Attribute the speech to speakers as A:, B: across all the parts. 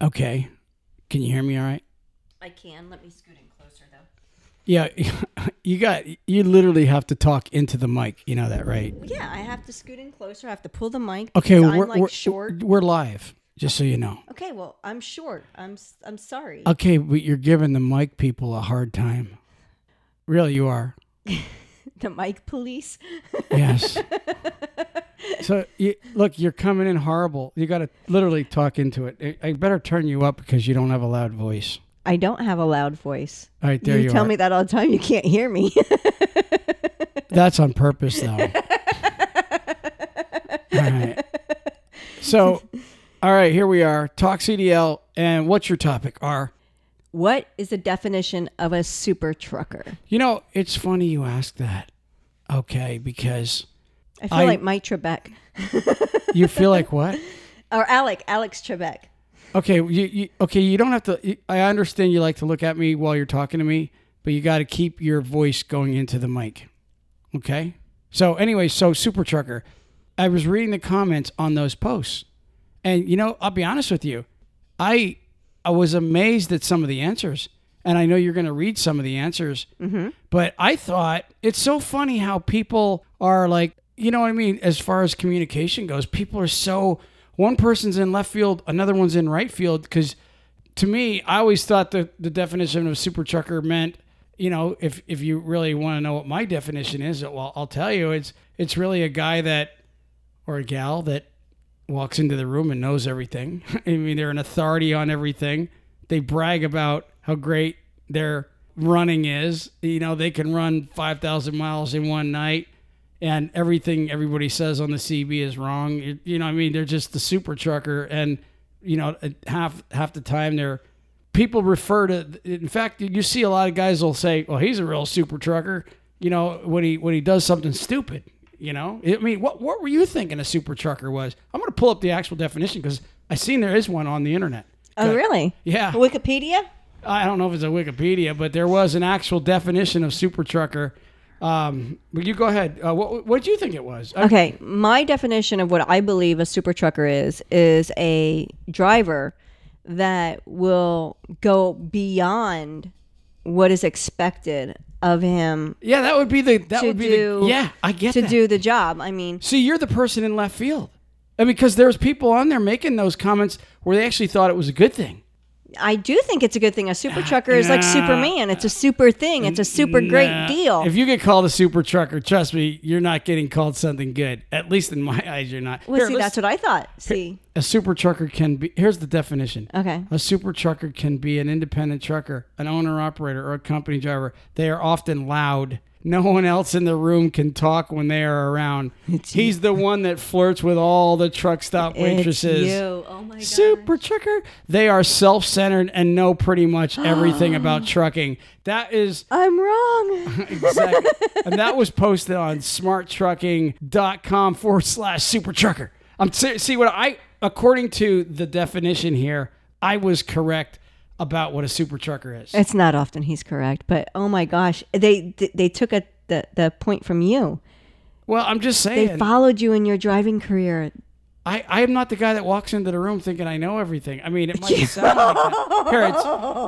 A: Okay. Can you hear me all right?
B: I can. Let me scoot in closer though.
A: Yeah, you got you literally have to talk into the mic, you know that, right?
B: Yeah, I have to scoot in closer. I have to pull the mic.
A: Okay,
B: because I'm,
A: we're
B: like
A: we're,
B: short.
A: we're live, just so you know.
B: Okay, well, I'm short. I'm s- I'm sorry.
A: Okay, but you're giving the mic people a hard time. Really, you are.
B: the mic police.
A: Yes. so you, look, you're coming in horrible. You got to literally talk into it. I I better turn you up because you don't have a loud voice.
B: I don't have a loud voice.
A: All right, there you,
B: you, tell
A: are.
B: me that all the time. You can't hear me.
A: That's on purpose, though. all right. So, all right, here we are. Talk CDL, and what's your topic? Are
B: what is the definition of a super trucker?
A: you know? It's funny you ask that. Okay, because
B: I feel
A: I-
B: like Mike Trebek
A: you feel like what?
B: or Alec Alex Trebek.
A: Okay, you, you okay? You don't have to. You, I understand you like to look at me while you're talking to me, but you got to keep your voice going into the mic. Okay. So anyway, so super trucker, I was reading the comments on those posts, and you know, I'll be honest with you, I I was amazed at some of the answers, and I know you're going to read some of the answers, but I thought it's so funny how people are like, you know what I mean, as far as communication goes, people are so one person's in left field, another one's in right field because to me, I always thought that the definition of super trucker meant, you know, if if you really want to know what my definition is, well, I'll tell you, it's it's really a guy that or a gal that walks into the room and knows everything. I mean, they're an authority on everything. They brag about how great their running is. You know, they can run 5,000 miles in one night and everything everybody says on the CB is wrong. You, you know, what I mean, they're just the super trucker, and you know, half half the time they're people refer to. In fact, you see a lot of guys will say, "Well, he's a real super trucker," you know, when he when he does something stupid. You know, I mean, what what were you thinking a super trucker was? I'm going to pull up the actual definition because I seen there is one on the internet.
B: Oh, really?
A: Yeah,
B: Wikipedia.
A: I don't know if it's a Wikipedia, but there was an actual definition of super trucker. Um, but you go ahead. Uh, what what did you think it was? I-
B: Okay, my definition of what I believe a super trucker is is a driver that will go beyond what is expected of him
A: Yeah, that would be the that
B: To
A: would be
B: do-
A: the yeah. I get
B: to
A: that.
B: do the job. I mean,
A: See, you're the person in left field, and because there's people on there making those comments where they actually thought it was a good thing.
B: I do think it's a good thing. A super trucker is like
A: nah.
B: Superman. It's a super thing. It's a super great
A: Nah.
B: deal.
A: If you get called a super trucker, trust me, you're not getting called something good. At least in my eyes, you're not.
B: well,
A: Here,
B: see,
A: let's-
B: that's what I thought. See,
A: a super trucker can be. Here's the definition.
B: okay,
A: A super trucker can be an independent trucker, an owner operator, or a company driver. They are often loud. No one else in the room can talk when they are around. He's the one that flirts with all the truck stop waitresses.
B: It's you. Oh my god.
A: Super trucker. They are self centered and know pretty much everything about trucking. That is
B: I'm wrong.
A: exactly. and that was posted on smarttrucking.com forward slash super trucker. I'm ser- see what I, according to the definition here, I was correct about what a super trucker is.
B: it's not often he's correct, but oh my gosh, they they, they took a, the the point from you.
A: Well, I'm just
B: They
A: saying,
B: followed you in your driving career.
A: I, I am not the guy that walks into the room thinking I know everything. I mean, it might sound like that. Here,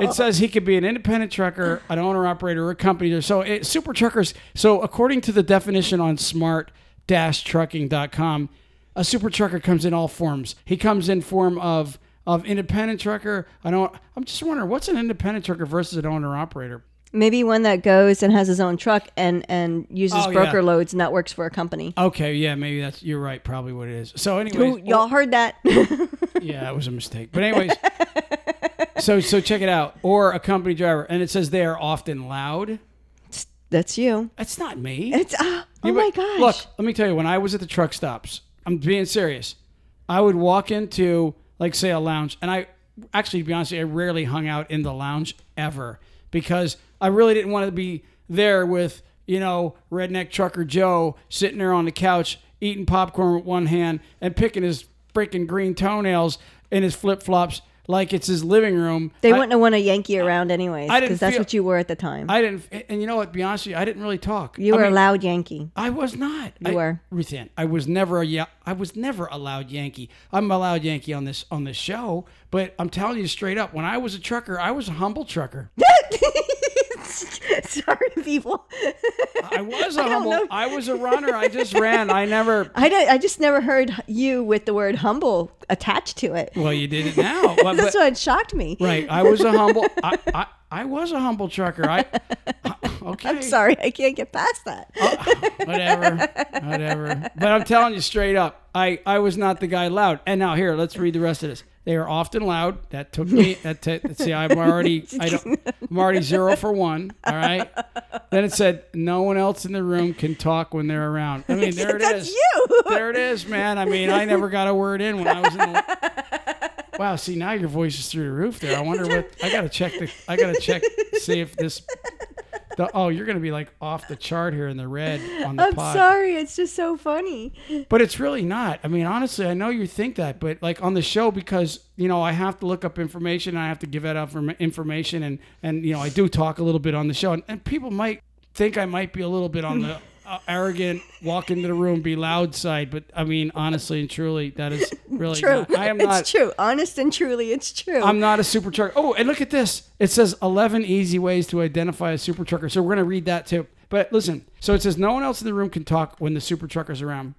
A: it's, it says he could be an independent trucker, an owner operator, or a company. or- So, it, super truckers. So, according to the definition on smart trucking.com, a super trucker comes in all forms. He comes in form of of independent trucker. I don't. I'm just wondering what's an independent trucker versus an owner operator.
B: Maybe one that goes and has his own truck and and uses
A: Oh, yeah.
B: broker loads and that works for a company.
A: Okay, yeah, maybe that's you're right. Probably what it is. So,
B: Ooh,
A: anyway,
B: y'all heard that?
A: Yeah, that was a mistake. But anyways, so so check it out. Or a company driver, and it says they are often loud.
B: That's you.
A: That's not me.
B: It's ah, oh
A: You
B: my
A: bet-
B: gosh.
A: Look, let me tell you. When I was at the truck stops, I'm being serious. I would walk into like say a lounge, and I actually, to be honest, with you, I rarely hung out in the lounge ever because I really didn't want to be there with you know redneck trucker Joe sitting there on the couch eating popcorn with one hand and picking his freaking green toenails in his flip flops like it's his living room.
B: They
A: I-
B: wouldn't have want to yank you around anyways
A: I didn't
B: because that's
A: feel-
B: what you were at the time.
A: I didn't, and you know what? Be honest with you, I didn't really talk.
B: you
A: I
B: were
A: mean,
B: a loud Yankee.
A: I was not.
B: You
A: I,
B: were.
A: Ruth Ann, I was never a yeah. I was never a loud Yankee. I'm a loud Yankee on this on this show, but I'm telling you straight up, when I was a trucker, I was a humble trucker.
B: Sorry, people.
A: I was a
B: don't
A: humble.
B: know.
A: I was a runner. I just ran. I never.
B: I don't, I just never heard you with the word humble attached to it.
A: Well, you did it now. But- but-
B: That's what shocked me.
A: right. I was a humble. I, I, I was a humble trucker. I. Okay.
B: I'm sorry, I can't get past that.
A: whatever, whatever. But I'm telling you straight up, I I was not the guy loud. And now here, let's read the rest of this. They are often loud. That took me. That t- see, I'm already I don't, I'm already zero for one. All right. Then it said no one else in the room can talk when they're around. I mean, there it is.
B: That's you.
A: There it is, man. I mean, I never got a word in when I was in. the... Wow. See, now your voice is through the roof. There. I wonder what. I gotta check the. I gotta check see if this. The, oh, you're gonna be like off the chart here in the red on the
B: I'm
A: pod.
B: sorry, it's just so funny.
A: But it's really not. I mean, honestly, I know you think that, but like on the show, because you know, I have to look up information, I have to give that up from information, and and you know, I do talk a little bit on the show, and, and people might think I might be a little bit on the uh, arrogant, walk into the room, be loud side. But I mean, honestly and truly, that is really
B: True.
A: not- I am not.
B: It's true. Honest and truly, it's true.
A: I'm not a super trucker. Oh, and look at this. It says 11 easy ways to identify a super trucker. So we're going to read that too. But listen, so it says no one else in the room can talk when the super trucker's around.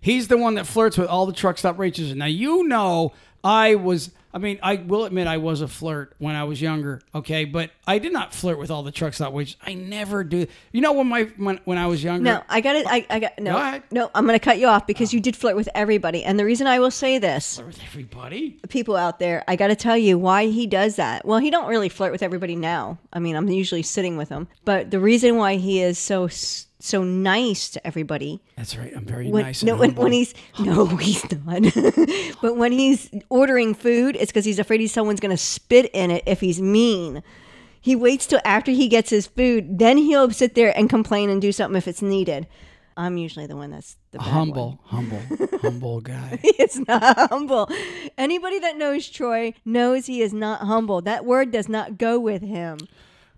A: He's the one that flirts with all the truck stop racers. Now, you know, I was, I mean, I will admit I was a flirt when I was younger, okay? But I did not flirt with all the truck stop waitress. I never do. You know, when my when, when I was younger.
B: No, I got it. I, I got no.
A: Go ahead. Oh.
B: No, I'm going to cut you off because you did flirt with everybody. And the reason I will say this,
A: flirt With everybody?
B: people out there, I got to tell you why he does that. Well, he don't really flirt with everybody now. I mean, I'm usually sitting with him, but the reason why he is so s- so nice to everybody
A: That's right. I'm very
B: when,
A: nice. And
B: no, when,
A: humble.
B: when he's no, he's not. but when he's ordering food, it's because he's afraid he's someone's going to spit in it if he's mean. He waits till after he gets his food, then he'll sit there and complain and do something if it's needed. I'm usually the one that's the bad one.
A: humble, humble, humble guy.
B: It's not humble. Anybody that knows Troy knows he is not humble. That word does not go with him.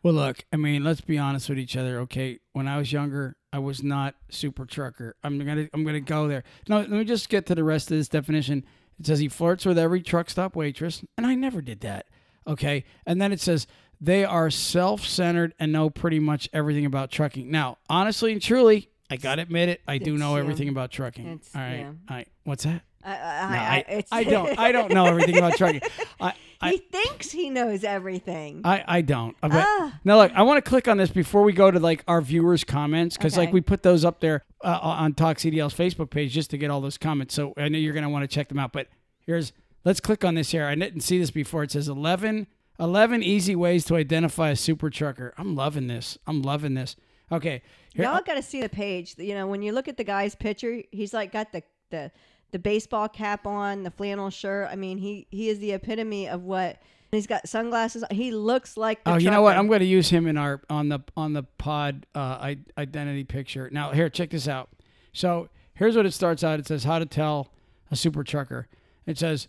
A: Well, look, I mean, let's be honest with each other, okay? When I was younger, I was not super trucker. I'm gonna, I'm gonna go there. Now, let me just get to the rest of this definition. It says he flirts with every truck stop waitress, and I never did that, okay? And then it says they are self-centered and know pretty much everything about trucking. Now, honestly and truly, I gotta admit it, I do
B: It's-
A: know
B: yeah.
A: everything about trucking.
B: It's-
A: All right,
B: yeah.
A: all right. What's that?
B: I, I,
A: No,
B: I, it's,
A: I don't, I don't know everything about trucking. I, I,
B: he thinks he knows everything.
A: I, I don't. I bet-
B: Ah.
A: Now look, I want to click on this before we go to like our viewers' comments because like
B: Okay.
A: we put those up there uh, on Talk CDL's Facebook page just to get all those comments. So I know you're gonna want to check them out. But here's let's click on this here. I didn't see this before. It says 11, 11 easy ways to identify a super trucker. I'm loving this. I'm loving this. Okay, here
B: Y'all got to see the page. You know, when you look at the guy's picture, he's like got the the the baseball cap on, the flannel shirt. I mean, he he is the epitome of what. And he's got sunglasses. on. He looks like. The
A: Oh, you know what?
B: trucker.
A: I'm going to use him in our on the on the pod uh, I, identity picture. Now, here, check this out. So, here's what it starts out. It says how to tell a super trucker. It says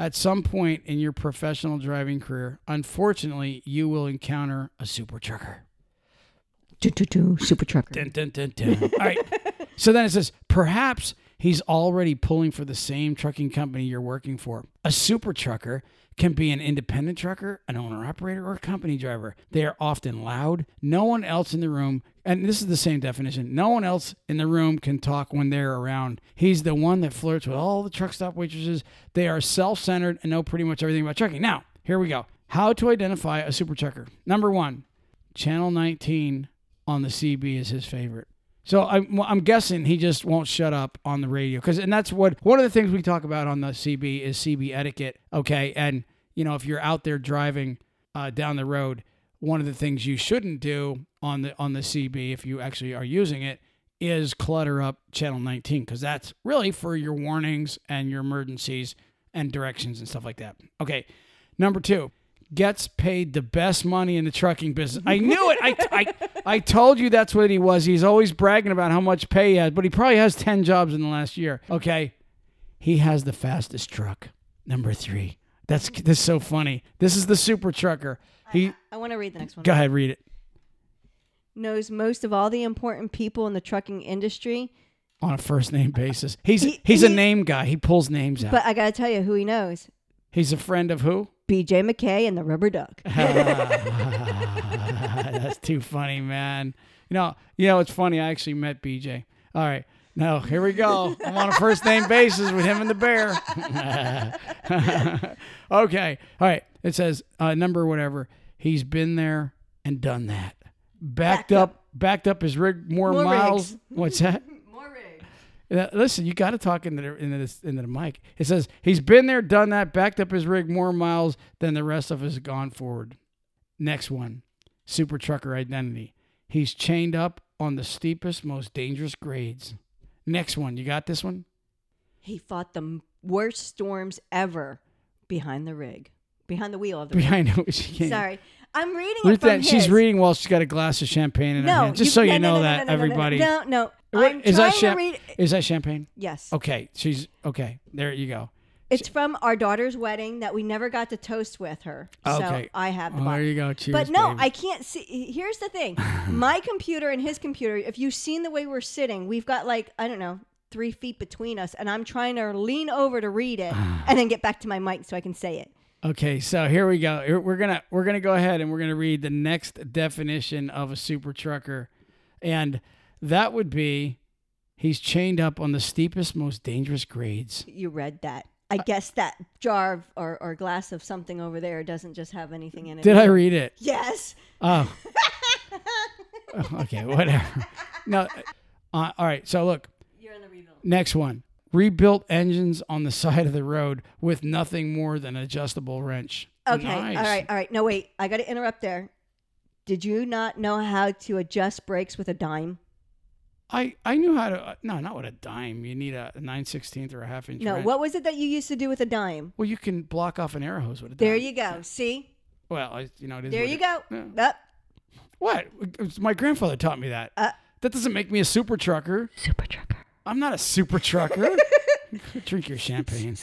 A: at some point in your professional driving career, unfortunately, you will encounter a super trucker.
B: Doo, doo, doo, super trucker.
A: Dun, dun, dun, dun. All right. So then it says, perhaps he's already pulling for the same trucking company you're working for. A super trucker can be an independent trucker, an owner operator, or a company driver. They are often loud. No one else in the room, and this is the same definition, no one else in the room can talk when they're around. He's the one that flirts with all the truck stop waitresses. They are self centered and know pretty much everything about trucking. Now, here we go. How to identify a super trucker. Number one, Channel 19 on the CB is his favorite. So I'm, well, I'm guessing he just won't shut up on the radio because, and that's what one of the things we talk about on the CB is CB etiquette. Okay, and you know if you're out there driving uh, down the road, one of the things you shouldn't do on the on the CB if you actually are using it is clutter up channel 19 because that's really for your warnings and your emergencies and directions and stuff like that. Okay, number two gets paid the best money in the trucking business. I knew it. I, I, I told you that's what he was. He's always bragging about how much pay he has, but he probably has 10 jobs in the last year. Okay. He has the fastest truck. Number three. That's that's so funny. This is the super trucker. He
B: I want to read the next one.
A: go ahead, read it
B: Knows most of all the important people in the trucking industry,
A: on a first name basis. He's
B: He-
A: he's a
B: he-
A: name guy. He pulls names out.
B: but I gotta tell you who he knows:
A: he's a friend of who?
B: B.J. McKay and the Rubber Duck.
A: That's too funny, man. You know, you know, it's funny. I actually met BJ. All right. No, here we go. I'm on a first name basis with him and the bear. okay. All right. It says uh, number whatever. He's been there and done that. Backed,
B: Backed
A: up, backed up his rig more,
B: More
A: miles.
B: rigs.
A: What's that?
B: More rigs.
A: Uh, Listen, you got to talk into the, into, this, into the mic. It says he's been there, done that, backed up his rig more miles than the rest of us have gone forward. Next one, super trucker identity. He's chained up on the steepest, most dangerous grades. Next one, you got this one?
B: He fought the m- worst storms ever behind the rig, behind the wheel of the.
A: Behind it, she
B: rig.
A: can't.
B: Sorry, I'm reading
A: Look
B: it
A: at
B: from
A: that. She's
B: his.
A: reading while she's got a glass of champagne in her
B: No,
A: hand. Just so
B: no,
A: you
B: no,
A: know
B: no, no,
A: that,
B: no, no, no, no.
A: everybody.
B: No, no.
A: What-
B: I'm
A: is
B: trying
A: that champ-
B: to read.
A: Is that champagne?
B: Yes,
A: Okay, she's okay. There you go.
B: it's from our daughter's wedding that we never got to toast with her. So
A: Okay.
B: I have the
A: Oh, there
B: box.
A: you go. Cheers.
B: But no,
A: baby.
B: I can't see. Here's the thing: my computer and his computer. If you've seen the way we're sitting, we've got like I don't know three feet between us, and I'm trying to lean over to read it and then get back to my mic so I can say it.
A: Okay, so here we go. Here- We're gonna we're gonna go ahead and we're gonna read the next definition of a super trucker, and that would be he's chained up on the steepest, most dangerous grades.
B: You read that. I
A: Uh,
B: guess that jar of, or, or glass of something over there doesn't just have anything in it.
A: Did I read it?
B: Yes.
A: Oh. okay, whatever. No. Uh, all right. So look,
B: You're in the rebuild.
A: next one. Rebuilt engines on the side of the road with nothing more than adjustable wrench.
B: Okay.
A: Nice.
B: All right. All right. No, wait. I got to interrupt there. Did you not know how to adjust brakes with a dime?
A: I I knew how to. uh, No, not with a dime. You need a nine sixteenth or a half inch.
B: No.
A: wrench.
B: What was it that you used to do with a dime?
A: Well, you can block off an arrow hose with a
B: There
A: dime.
B: you go. See?
A: Well, I, you know it is.
B: There
A: what
B: you
A: it-
B: go.
A: Yeah.
B: Up.
A: What? It was- My grandfather taught me that.
B: Uh.
A: that doesn't make me a super trucker.
B: Super trucker.
A: I'm not a super trucker. Drink your champagne.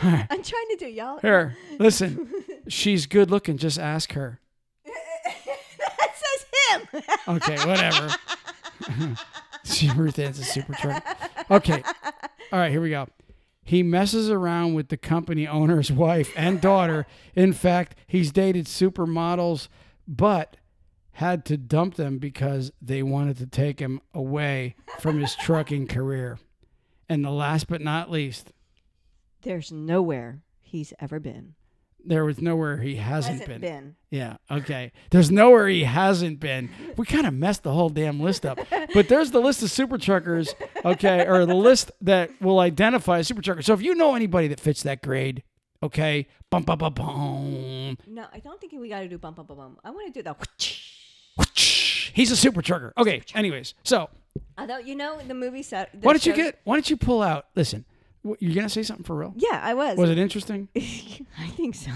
B: I'm trying to do y'all.
A: Here, listen. She's good looking. Just ask her.
B: that says him.
A: Okay, whatever. she Ruth Ann's a super trucker. Okay. All right, here we go. He messes around with the company owner's wife and daughter. In fact, he's dated supermodels, but had to dump them because they wanted to take him away from his trucking career. And the last but not least,
B: There's nowhere he's ever been.
A: there was nowhere he hasn't, been.
B: Hasn't been.
A: Yeah, okay. There's nowhere he hasn't been. We kind of messed the whole damn list up. But there's the list of super truckers, okay, or the list that will identify a super trucker. So if you know anybody that fits that grade, okay, bum bum bum bum.
B: No, I don't think we got to do bum bum bum bum. I want to do the.
A: whoosh, He's a super trucker. Okay, anyways. So
B: Although you know the movie set. the
A: why don't you
B: shows-
A: get why don't you pull out listen, wh- you're gonna say something for real?
B: Yeah, I was.
A: Was it interesting?
B: I think so.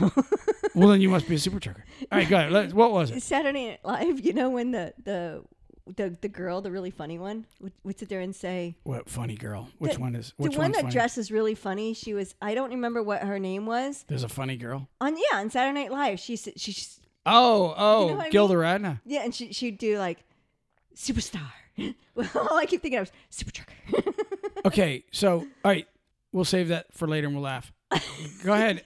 A: Well then you must be a super trucker. All right, go ahead. Let's- What was it?
B: Saturday Night Live. You know when the the the, the girl, the really funny one, would, would sit there and say.
A: What funny girl? Which one is which
B: the one
A: one's
B: that
A: funny?
B: dresses really funny, she was. I don't remember what her name was.
A: There's a funny girl.
B: On yeah, on Saturday Night Live, she s- she s-
A: Oh, oh,
B: know what I mean?
A: Gilda Radner.
B: yeah, and she she'd do like superstar. well, all I keep thinking of is super trucker.
A: Okay, so all right, we'll save that for later and we'll laugh. Go ahead.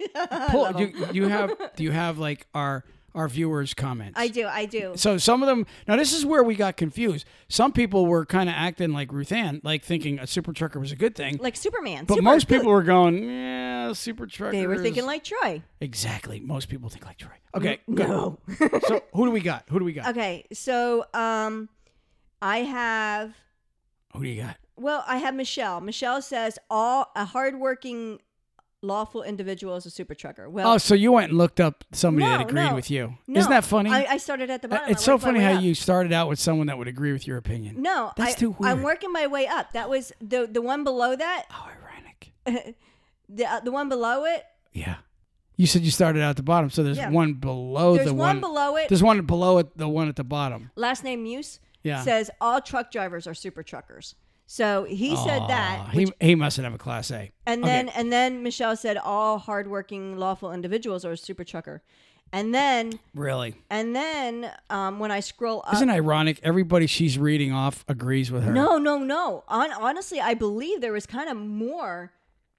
A: Pull, you you have do you have like our our viewers comments?
B: I do, I do.
A: so some of them now this is where we got confused. Some people were kind of acting like Ruth Ann, like thinking a super trucker was a good thing,
B: Like Superman,
A: but
B: super
A: most
B: good.
A: people were going, yeah, super trucker.
B: they were
A: is-"
B: thinking like Troy.
A: exactly. Most people think like Troy. Okay, good.
B: No.
A: so who do we got? Who do we got?
B: Okay, so um, I have
A: Who do you got?
B: well, I have Michelle. Michelle says all a hardworking, lawful individual is a super trucker. Well,
A: Oh, so you went and looked up somebody that
B: No,
A: agreed
B: no,
A: with you.
B: no,
A: Isn't that funny? Uh,
B: I, I started at the bottom. I
A: it's so
B: worked my
A: funny
B: way
A: how
B: up.
A: you started out with someone that would agree with your opinion.
B: No,
A: That's
B: I,
A: too
B: I'm
A: weird.
B: working my way up. That was the the one below that.
A: How ironic.
B: The uh, the one below it.
A: Yeah. You said you started out at the bottom, so there's
B: Yeah.
A: one below
B: There's
A: Oh, the
B: one, below it.
A: There's one below it, the one at the bottom.
B: last name Muse
A: Yeah.
B: says all truck drivers are super truckers. So he said
A: Aw,
B: that,
A: he, he mustn't have a class A.
B: and
A: Okay.
B: then and then Michelle said all hardworking lawful individuals are a super trucker, and then
A: Really?
B: and then um, when I scroll up,
A: Isn't it ironic? Everybody she's reading off agrees with her.
B: no, no, no. On, honestly, I believe there was kind of more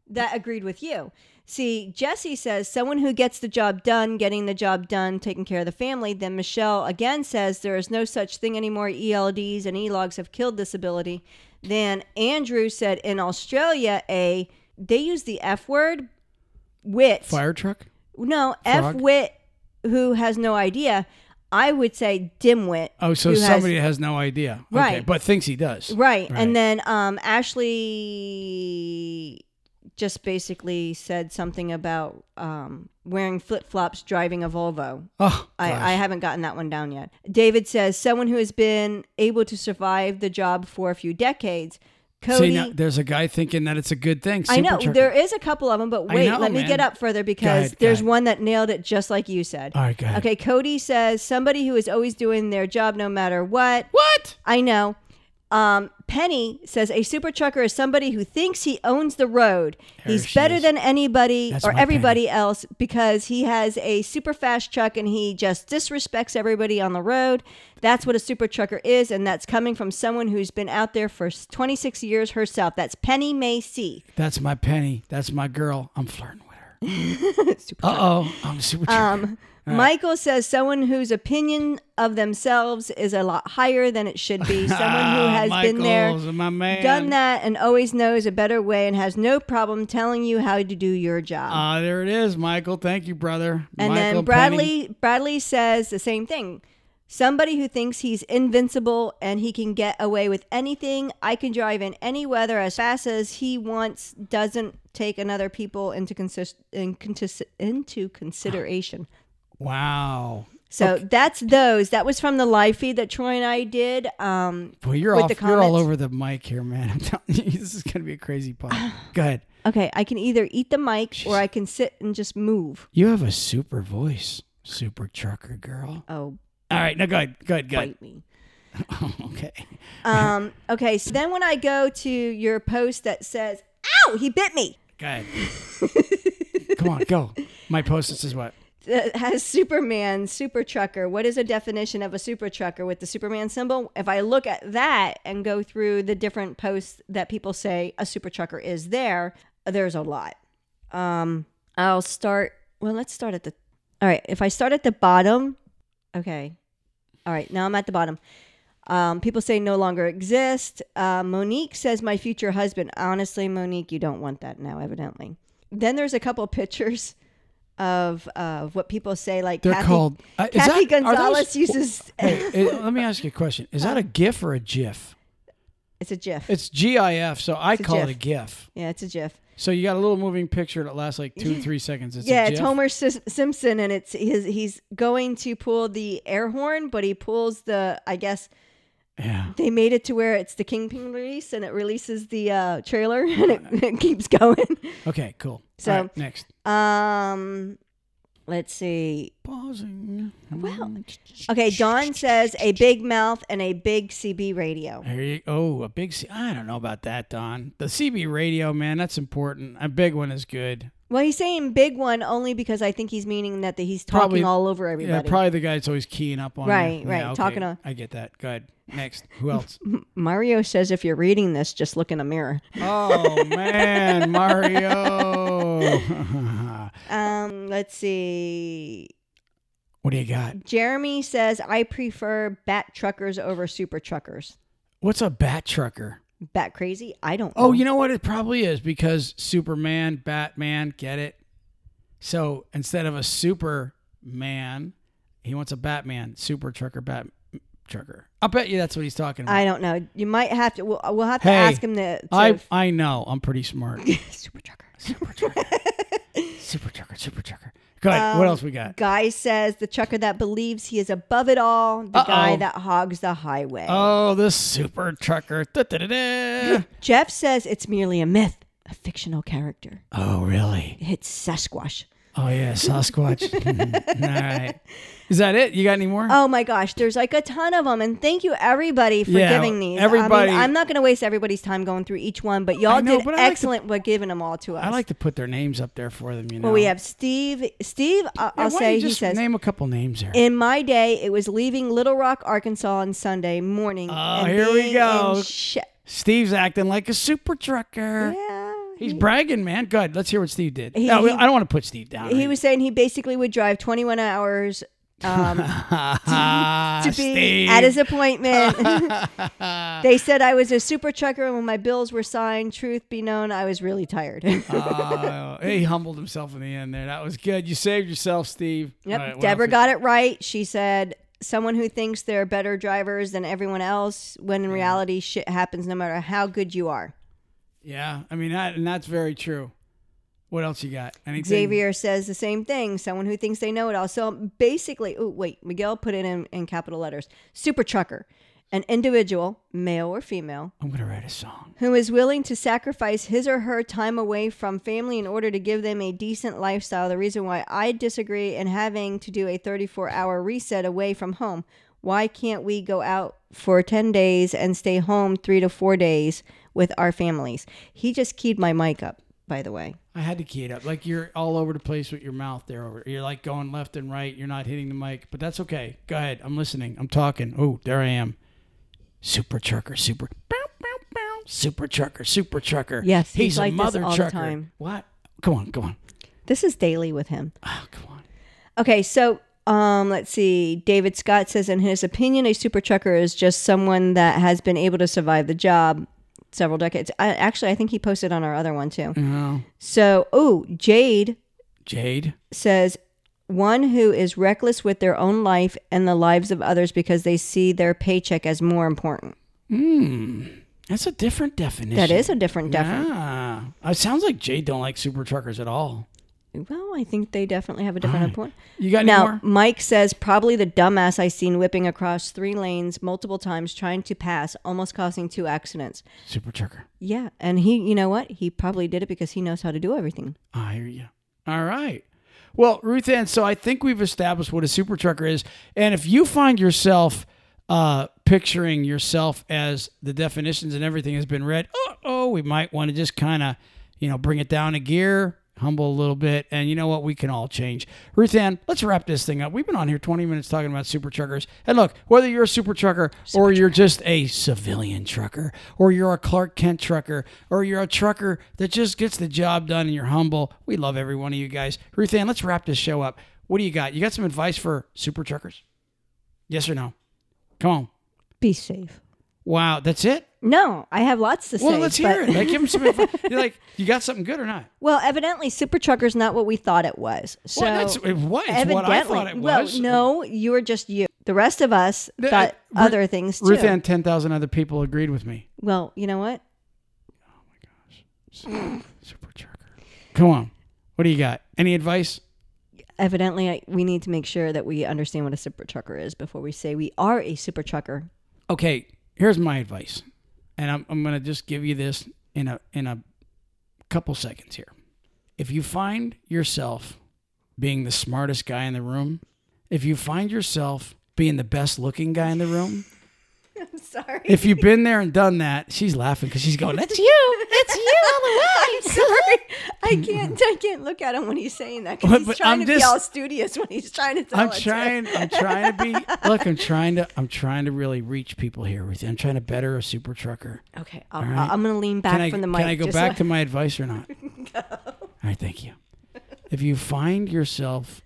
B: that agreed with you. See, Jesse says someone who gets the job done, getting the job done, taking care of the family. Then Michelle again says there is no such thing anymore. ELDs and E ELOGs have killed this ability. Then Andrew said in Australia, a they use the F word, wit.
A: Fire truck?
B: No, F
A: Frog?
B: wit, who has no idea. I would say dimwit.
A: Oh, so
B: who has-
A: somebody has, no idea. Okay,
B: Right.
A: but thinks he does.
B: Right.
A: Right.
B: And then um, Ashley just basically said something about um, wearing flip flops driving a Volvo.
A: Oh, gosh.
B: I, I haven't gotten that one down yet. David says someone who has been able to survive the job for a few decades. Cody.
A: See, now, there's a guy thinking that it's a good thing.
B: I know
A: Supertrucker.
B: there is a couple of them, but
A: I
B: wait,
A: know,
B: let me
A: man.
B: get up further because
A: ahead, go
B: there's
A: ahead.
B: one that nailed it just like you said.
A: All right, go ahead.
B: Okay, Cody says somebody who is always doing their job no matter what.
A: What?
B: I know. Um, Penny says a super trucker is somebody who thinks he owns the road.
A: There
B: He's
A: she
B: better
A: is.
B: than anybody
A: That's my
B: or
A: Penny.
B: everybody else because he has a super fast truck and he just disrespects everybody on the road. That's what a super trucker is, and that's coming from someone who's been out there for 26 years herself. That's Penny Macy.
A: That's my penny. That's my girl. I'm flirting with her. uh oh, I'm a super
B: Um,
A: trucker.
B: Michael says someone whose opinion of themselves is a lot higher than it should be. Someone who
A: Ah,
B: has been there.
A: Michael's my man.
B: done that and always knows a better way and has no problem telling you how to do your job.
A: Ah, there it is, Michael. Thank you, brother.
B: and
A: Michael
B: then
A: Penny.
B: Bradley Bradley says the same thing. Somebody who thinks he's invincible and he can get away with anything. I can drive in any weather as fast as he wants. Doesn't take another people into consist- in, contis- into consideration.
A: Wow.
B: So that's those. That was from the live feed that Troy and I did. Um,
A: Well, you're
B: With
A: off.
B: the
A: You're all
B: comments.
A: over the mic here, man. I'm telling you, this is gonna be a crazy pod. Go ahead.
B: okay, I can either eat the mic or I can sit and just move.
A: You have a super voice, super trucker girl.
B: Oh,
A: All right, now go ahead. Go ahead. Go ahead.
B: bite me.
A: okay.
B: Um, okay, so then when I go to your post that says, ow, he bit me,
A: Go ahead. Come on, go. My post-it is what?
B: that has Superman, super trucker. What is a definition of a super trucker with the Superman symbol? If I look at that and go through the different posts that people say a super trucker is there, there's a lot. Um, I'll start, well, let's start at the, all right, if I start at the bottom, okay. All right, now I'm at the bottom. Um, people say no longer exist. Uh, Monique says my future husband. Honestly, Monique, you don't want that now, evidently. Then there's a couple pictures of of what people say like
A: They're
B: Kathy,
A: called. Uh, is
B: Kathy
A: that- are
B: Gonzalez
A: those-
B: uses
A: Hey, uh, let me ask you a question. Is
B: Uh-huh.
A: that a GIF or a GIF?
B: it's a GIF.
A: It's GIF, so I
B: a
A: call it a
B: GIF.
A: GIF.
B: yeah, it's a GIF.
A: So you got a little moving picture that lasts like two, three seconds. It's
B: yeah,
A: a
B: it's
A: GIF?
B: Homer Sis- Simpson, and it's his, he's going to pull the air horn, but he pulls the I guess
A: Yeah.
B: they made it to where it's the Kingpin release, and it releases the uh, trailer, and it, it keeps going.
A: Okay. Cool.
B: So-
A: All right, next.
B: Um, let's see.
A: Pausing.
B: Well, Okay, Dawn says a big mouth and a big CB radio.
A: There you, oh, a big. C- I don't know about that, Don. The CB radio, man, that's important. A big one is good.
B: Well, he's saying big one only because I think he's meaning that the, he's talking
A: Probably-
B: all over
A: Yeah,
B: everybody.
A: probably the guy that's always keying up on. you.
B: Right,
A: Yeah,
B: right,
A: okay,
B: talking on-
A: I get that. Go ahead. Next. Who else?
B: Mario says if you're reading this, just look in a mirror.
A: oh man, Mario.
B: Um, let's see.
A: what do you got?
B: Jeremy says I prefer bat truckers over super truckers.
A: What's a bat trucker?
B: Bat crazy? I don't.
A: Oh, you know what? It probably is because Superman, Batman, get it? So instead of a Superman, he wants a Batman, super trucker, bat trucker. I bet you that's what he's talking about.
B: I don't know. You might have to. We'll, we'll have to
A: Hey,
B: ask him to. to
A: I, I know. I'm pretty smart.
B: super trucker.
A: super trucker. super trucker, super trucker. Go ahead. what else we got?
B: Guy says the trucker that believes he is above it all, the
A: Uh-oh.
B: guy that hogs the highway.
A: Oh, this super trucker. Da-da-da-da.
B: Jeff says it's merely a myth, a fictional character.
A: oh, really?
B: It's Sasquatch.
A: Oh yeah, Sasquatch. Mhm. All right. Is that it? You got any more?
B: Oh my gosh, there's like a ton of them, and thank you everybody for
A: Yeah,
B: giving these.
A: everybody-
B: I mean, I'm not going to waste everybody's time going through each one, but
A: I
B: y'all
A: know,
B: did
A: but I like to-
B: excellent with giving them all to us.
A: I like to put their names up there for them. You know.
B: Well, we have Steve. Steve,
A: Yeah,
B: I- I'll
A: why don't
B: say
A: you
B: he
A: just
B: says.
A: name a couple names there.
B: in my day, it was leaving Little Rock, Arkansas on Sunday morning. Oh,
A: here we go.
B: Sh-
A: Steve's acting like a super trucker.
B: yeah.
A: He's bragging, man. Good. Let's hear what Steve did.
B: He-
A: No,
B: he-
A: I don't want to put Steve down.
B: He was saying he basically would drive 21 hours um,
A: Ah,
B: to be
A: Steve.
B: at his appointment. they said I was a super trucker, and when my bills were signed, truth be known, I was really tired.
A: Oh, he humbled himself in the end there. That was good. You saved yourself, Steve.
B: Yep.
A: All right, what
B: Deborah
A: else?
B: got it right. She said, someone who thinks they're better drivers than everyone else, when in reality, shit happens no matter how good you are.
A: Yeah, I mean that, and that's very true. What else you got? Anything?
B: Xavier says the same thing. Someone who thinks they know it all. So basically, oh, wait, Miguel put it in, in capital letters. Super trucker, an individual, male or female,
A: I'm gonna write a song.
B: who is willing to sacrifice his or her time away from family in order to give them a decent lifestyle. The reason why I disagree in having to do a 34 hour reset away from home. Why can't we go out for 10 days and stay home three to four days with our families? He just keyed my mic up, by the way.
A: I had to key it up. Like you're all over the place with your mouth there. Over you're like going left and right. You're not hitting the mic, but that's okay. Go ahead. I'm listening. I'm talking. Oh, there I am. Super trucker. Super. bow, bow, bow. Super trucker. Super trucker.
B: Yes,
A: he's,
B: he's
A: a
B: like this
A: mother
B: all the
A: trucker.
B: time.
A: What? Come on. Come on.
B: This is daily with him.
A: Oh, come on.
B: Okay, so um, let's see. David Scott says, in his opinion, a super trucker is just someone that has been able to survive the job several decades. I, actually, I think he posted on our other one too.
A: No.
B: So, oh, Jade
A: Jade.
B: says, one who is reckless with their own life and the lives of others because they see their paycheck as more important.
A: Hmm. That's a different definition.
B: That is a different definition.
A: Yeah. It sounds like Jade don't like super truckers at all.
B: Well, I think they definitely have a different point.
A: You got any
B: Now,
A: more?
B: Mike says probably the dumbass I seen whipping across three lanes multiple times trying to pass, almost causing two accidents.
A: Super trucker.
B: Yeah, and he, you know what? He probably did it because he knows how to do everything.
A: I hear you. All right. Well, Ruth Ann, so I think we've established what a super trucker is. And if you find yourself uh, picturing yourself as the definitions and everything has been read, oh, oh we might want to just kind of, you know, bring it down a gear, humble a little bit. And you know what? We can all change. Ruth Ann, let's wrap this thing up. We've been on here 20 minutes talking about super truckers. And look, whether you're a super trucker or you're just a civilian trucker or you're a Clark Kent trucker or you're a trucker that just gets the job done and you're humble, we love every one of you guys. Ruth Ann, let's wrap this show up. What do you got? You got some advice for super truckers? Yes or no? Come on.
B: Be safe.
A: Wow, that's it?
B: No, I have lots to
A: Well,
B: say.
A: let's hear it.
B: but-
A: Like, give them some advice. You're like, you got something good or not?
B: Well, evidently, super trucker's not what we thought it was. So,
A: well, that's it was
B: evidently,
A: what I thought it was.
B: well, no, you were just you. The rest of us
A: The- uh,
B: thought
A: Ru-
B: other things too.
A: Ruth Ann, 10,000 other people agreed with me.
B: well, you know what?
A: Super jerker. Come on. What do you got? Any advice?
B: Evidently, I, we need to make sure that we understand what a super trucker is before we say we are a super trucker.
A: Okay, here's my advice. And I'm, I'm going to just give you this in a in a couple seconds here. If you find yourself being the smartest guy in the room, if you find yourself being the best looking guy in the room,
B: I'm sorry.
A: if you've been there and done that, she's laughing because she's going, that's you. That's you all the way.
B: I'm sorry. I can't. I can't look at him when he's saying that. 'cause
A: But-
B: he's
A: but
B: trying
A: I'm
B: to be
A: just-
B: all studious when he's trying to. Tell
A: I'm
B: us.
A: trying. I'm trying to be. Look, I'm trying to. I'm trying to really reach people here with you. I'm trying to better a super trucker.
B: Okay, I'll,
A: right.
B: I'm gonna lean back
A: Can I,
B: from the mic.
A: can I go
B: just
A: back
B: so-
A: to my advice or not? All right, thank you. If you find yourself,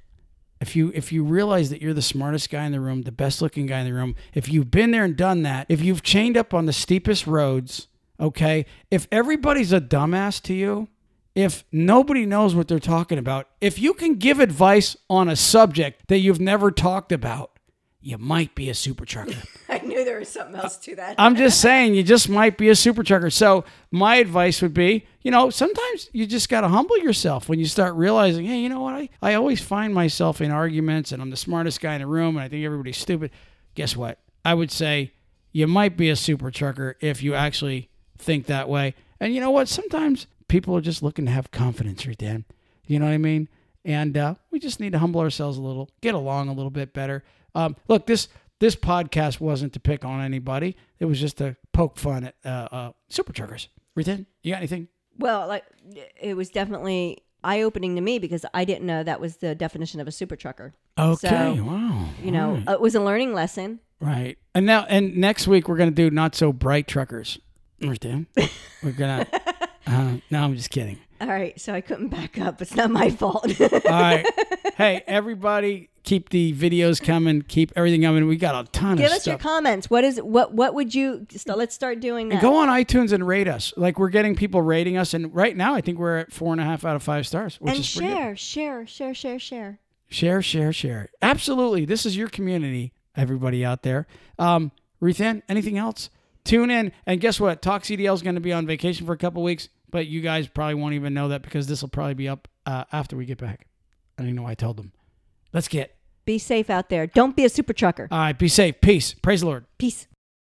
A: if you if you realize that you're the smartest guy in the room, the best looking guy in the room, if you've been there and done that, if you've chained up on the steepest roads, okay, if everybody's a dumbass to you, if nobody knows what they're talking about, if you can give advice on a subject that you've never talked about, you might be a super trucker.
B: I knew there was something else to that.
A: I'm just saying, you just might be a super trucker. So my advice would be, you know, sometimes you just got to humble yourself when you start realizing, hey, you know what? I, I always find myself in arguments and I'm the smartest guy in the room and I think everybody's stupid. Guess what? I would say you might be a super trucker if you actually think that way. And you know what? Sometimes people are just looking to have confidence, right, Dan? You know what I mean? and uh, we just need to humble ourselves a little, get along a little bit better. Um, look, this this podcast wasn't to pick on anybody; it was just to poke fun at uh, uh, super truckers. Ruth, you got anything?
B: Well, like it was definitely eye opening to me because I didn't know that was the definition of a super trucker.
A: Okay,
B: So,
A: wow,
B: You know,
A: Hmm.
B: it was a learning lesson.
A: right. And now, and next week we're gonna do not so bright truckers. Ruth, we're gonna. Uh, no, I'm just kidding.
B: All right, so I couldn't back up. It's not my fault.
A: All right. hey, everybody, keep the videos coming. Keep everything coming. We got a ton
B: Give
A: of
B: us your
A: stuff.
B: comments. What is what? What would you? So let's start doing that.
A: Go on iTunes and rate us. Like we're getting people rating us, and right now I think we're at four and a half out of five stars, which
B: and
A: is pretty good.
B: share, share, share, share, share.
A: Share, share, share. Absolutely, this is your community, everybody out there. Um, Ruth Ann, anything else? Tune in, and guess what? Talk CDL is going to be on vacation for a couple weeks, but you guys probably won't even know that because this will probably be up uh, after we get back. I don't even know why I told them. Let's get.
B: Be safe out there. Don't be a super trucker.
A: All right, be safe. Peace. Praise the Lord.
B: Peace.